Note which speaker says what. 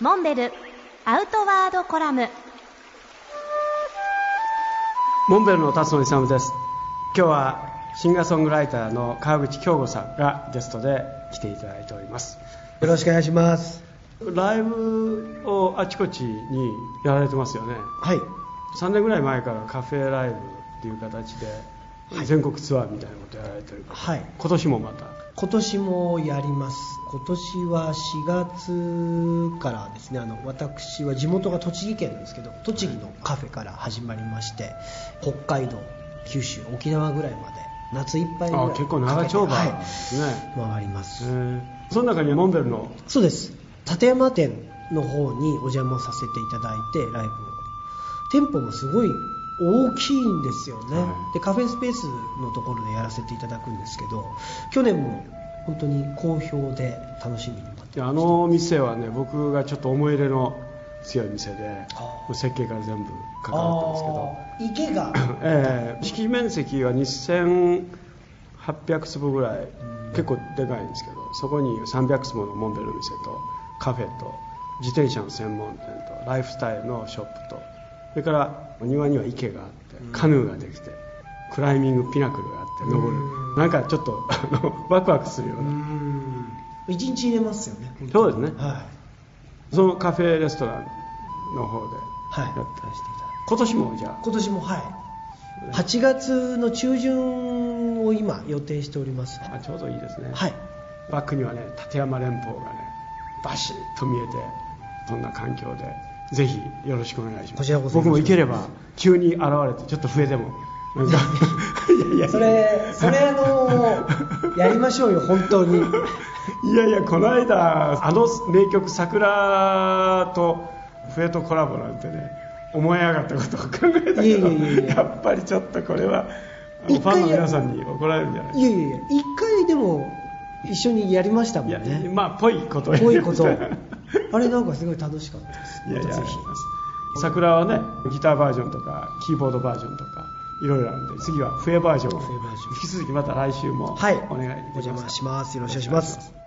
Speaker 1: モンベルアウトワードコラム
Speaker 2: モンベルの辰野勇です今日はシンガーソングライターの川口京吾さんがゲストで来ていただいております
Speaker 3: よろしくお願いします
Speaker 2: ライブをあちこちにやられてますよね
Speaker 3: はい
Speaker 2: 3年ぐらい前からカフェライブっていう形で全国ツアーみたいなことやられてるから、
Speaker 3: はい
Speaker 2: 今年もまた
Speaker 3: 今年もやります今年は4月からですねあの私は地元が栃木県なんですけど栃木のカフェから始まりまして北海道九州沖縄ぐらいまで夏いっぱいぐらい
Speaker 2: あ結構長丁場なんですね
Speaker 3: はい、回ります、
Speaker 2: えーその中にモンベルの
Speaker 3: そうです立山店の方にお邪魔させていただいてライブを店舗もすごい大きいんですよね、
Speaker 2: はい
Speaker 3: でカフェスペースのところでやらせていただくんですけど去年も本当に好評で楽しみに待って
Speaker 2: であの店はね僕がちょっと思い入れの強い店でもう設計から全部関わってますけど
Speaker 3: すけど 池が
Speaker 2: えー敷地面積は2800坪ぐらい結構でかいんですけどそこに300坪のモンベルの店とカフェと自転車の専門店とライフスタイルのショップとそれからお庭には池があってカヌーができてクライミングピナクルがあって登る
Speaker 3: うん
Speaker 2: なんかちょっとあのワクワクするよう
Speaker 3: う
Speaker 2: なん
Speaker 3: 一日入れますよね
Speaker 2: そうですね
Speaker 3: は
Speaker 2: そのカフェレストランの方で
Speaker 3: はい
Speaker 2: やってらしていただいて今年もじゃ
Speaker 3: い
Speaker 2: あ
Speaker 3: 今年もはい8月の中旬を今予定しております
Speaker 2: あちょうどいいですね
Speaker 3: はい
Speaker 2: バックにはね立山連峰がねバシッと見えてそんな環境でぜひよろしくお願いします
Speaker 3: こちらこそ
Speaker 2: 僕も行ければ急に現れてちょっと笛でもなん かいやいや
Speaker 3: それ、それあ のやりましょうよ、本当に。
Speaker 2: いやいやこの間あの名曲「桜」と笛とコラボなんてね思い上がったことを考えた
Speaker 3: い
Speaker 2: け
Speaker 3: やい
Speaker 2: ど
Speaker 3: やいやいや
Speaker 2: やっぱりちょっとこれはあの
Speaker 3: 一
Speaker 2: ファ
Speaker 3: 回
Speaker 2: ンの
Speaker 3: や
Speaker 2: 皆さんに怒られるんじゃない
Speaker 3: いやいやいや、一回でも一緒にやりましたもん
Speaker 2: いや、
Speaker 3: ね。
Speaker 2: まあぽいことを
Speaker 3: こういうこと。
Speaker 2: 言って
Speaker 3: あれなんかすごい楽しかったです。
Speaker 2: いやいや
Speaker 3: またぜひ。
Speaker 2: 桜はねギターバージョンとかキーボードバージョンとかいろいろあるんで次は笛バージョンを
Speaker 3: 笛バージョン
Speaker 2: 引き続きまた来週もお
Speaker 3: はい、
Speaker 2: 願いいたします、
Speaker 3: お邪魔します。よろしくお願いします。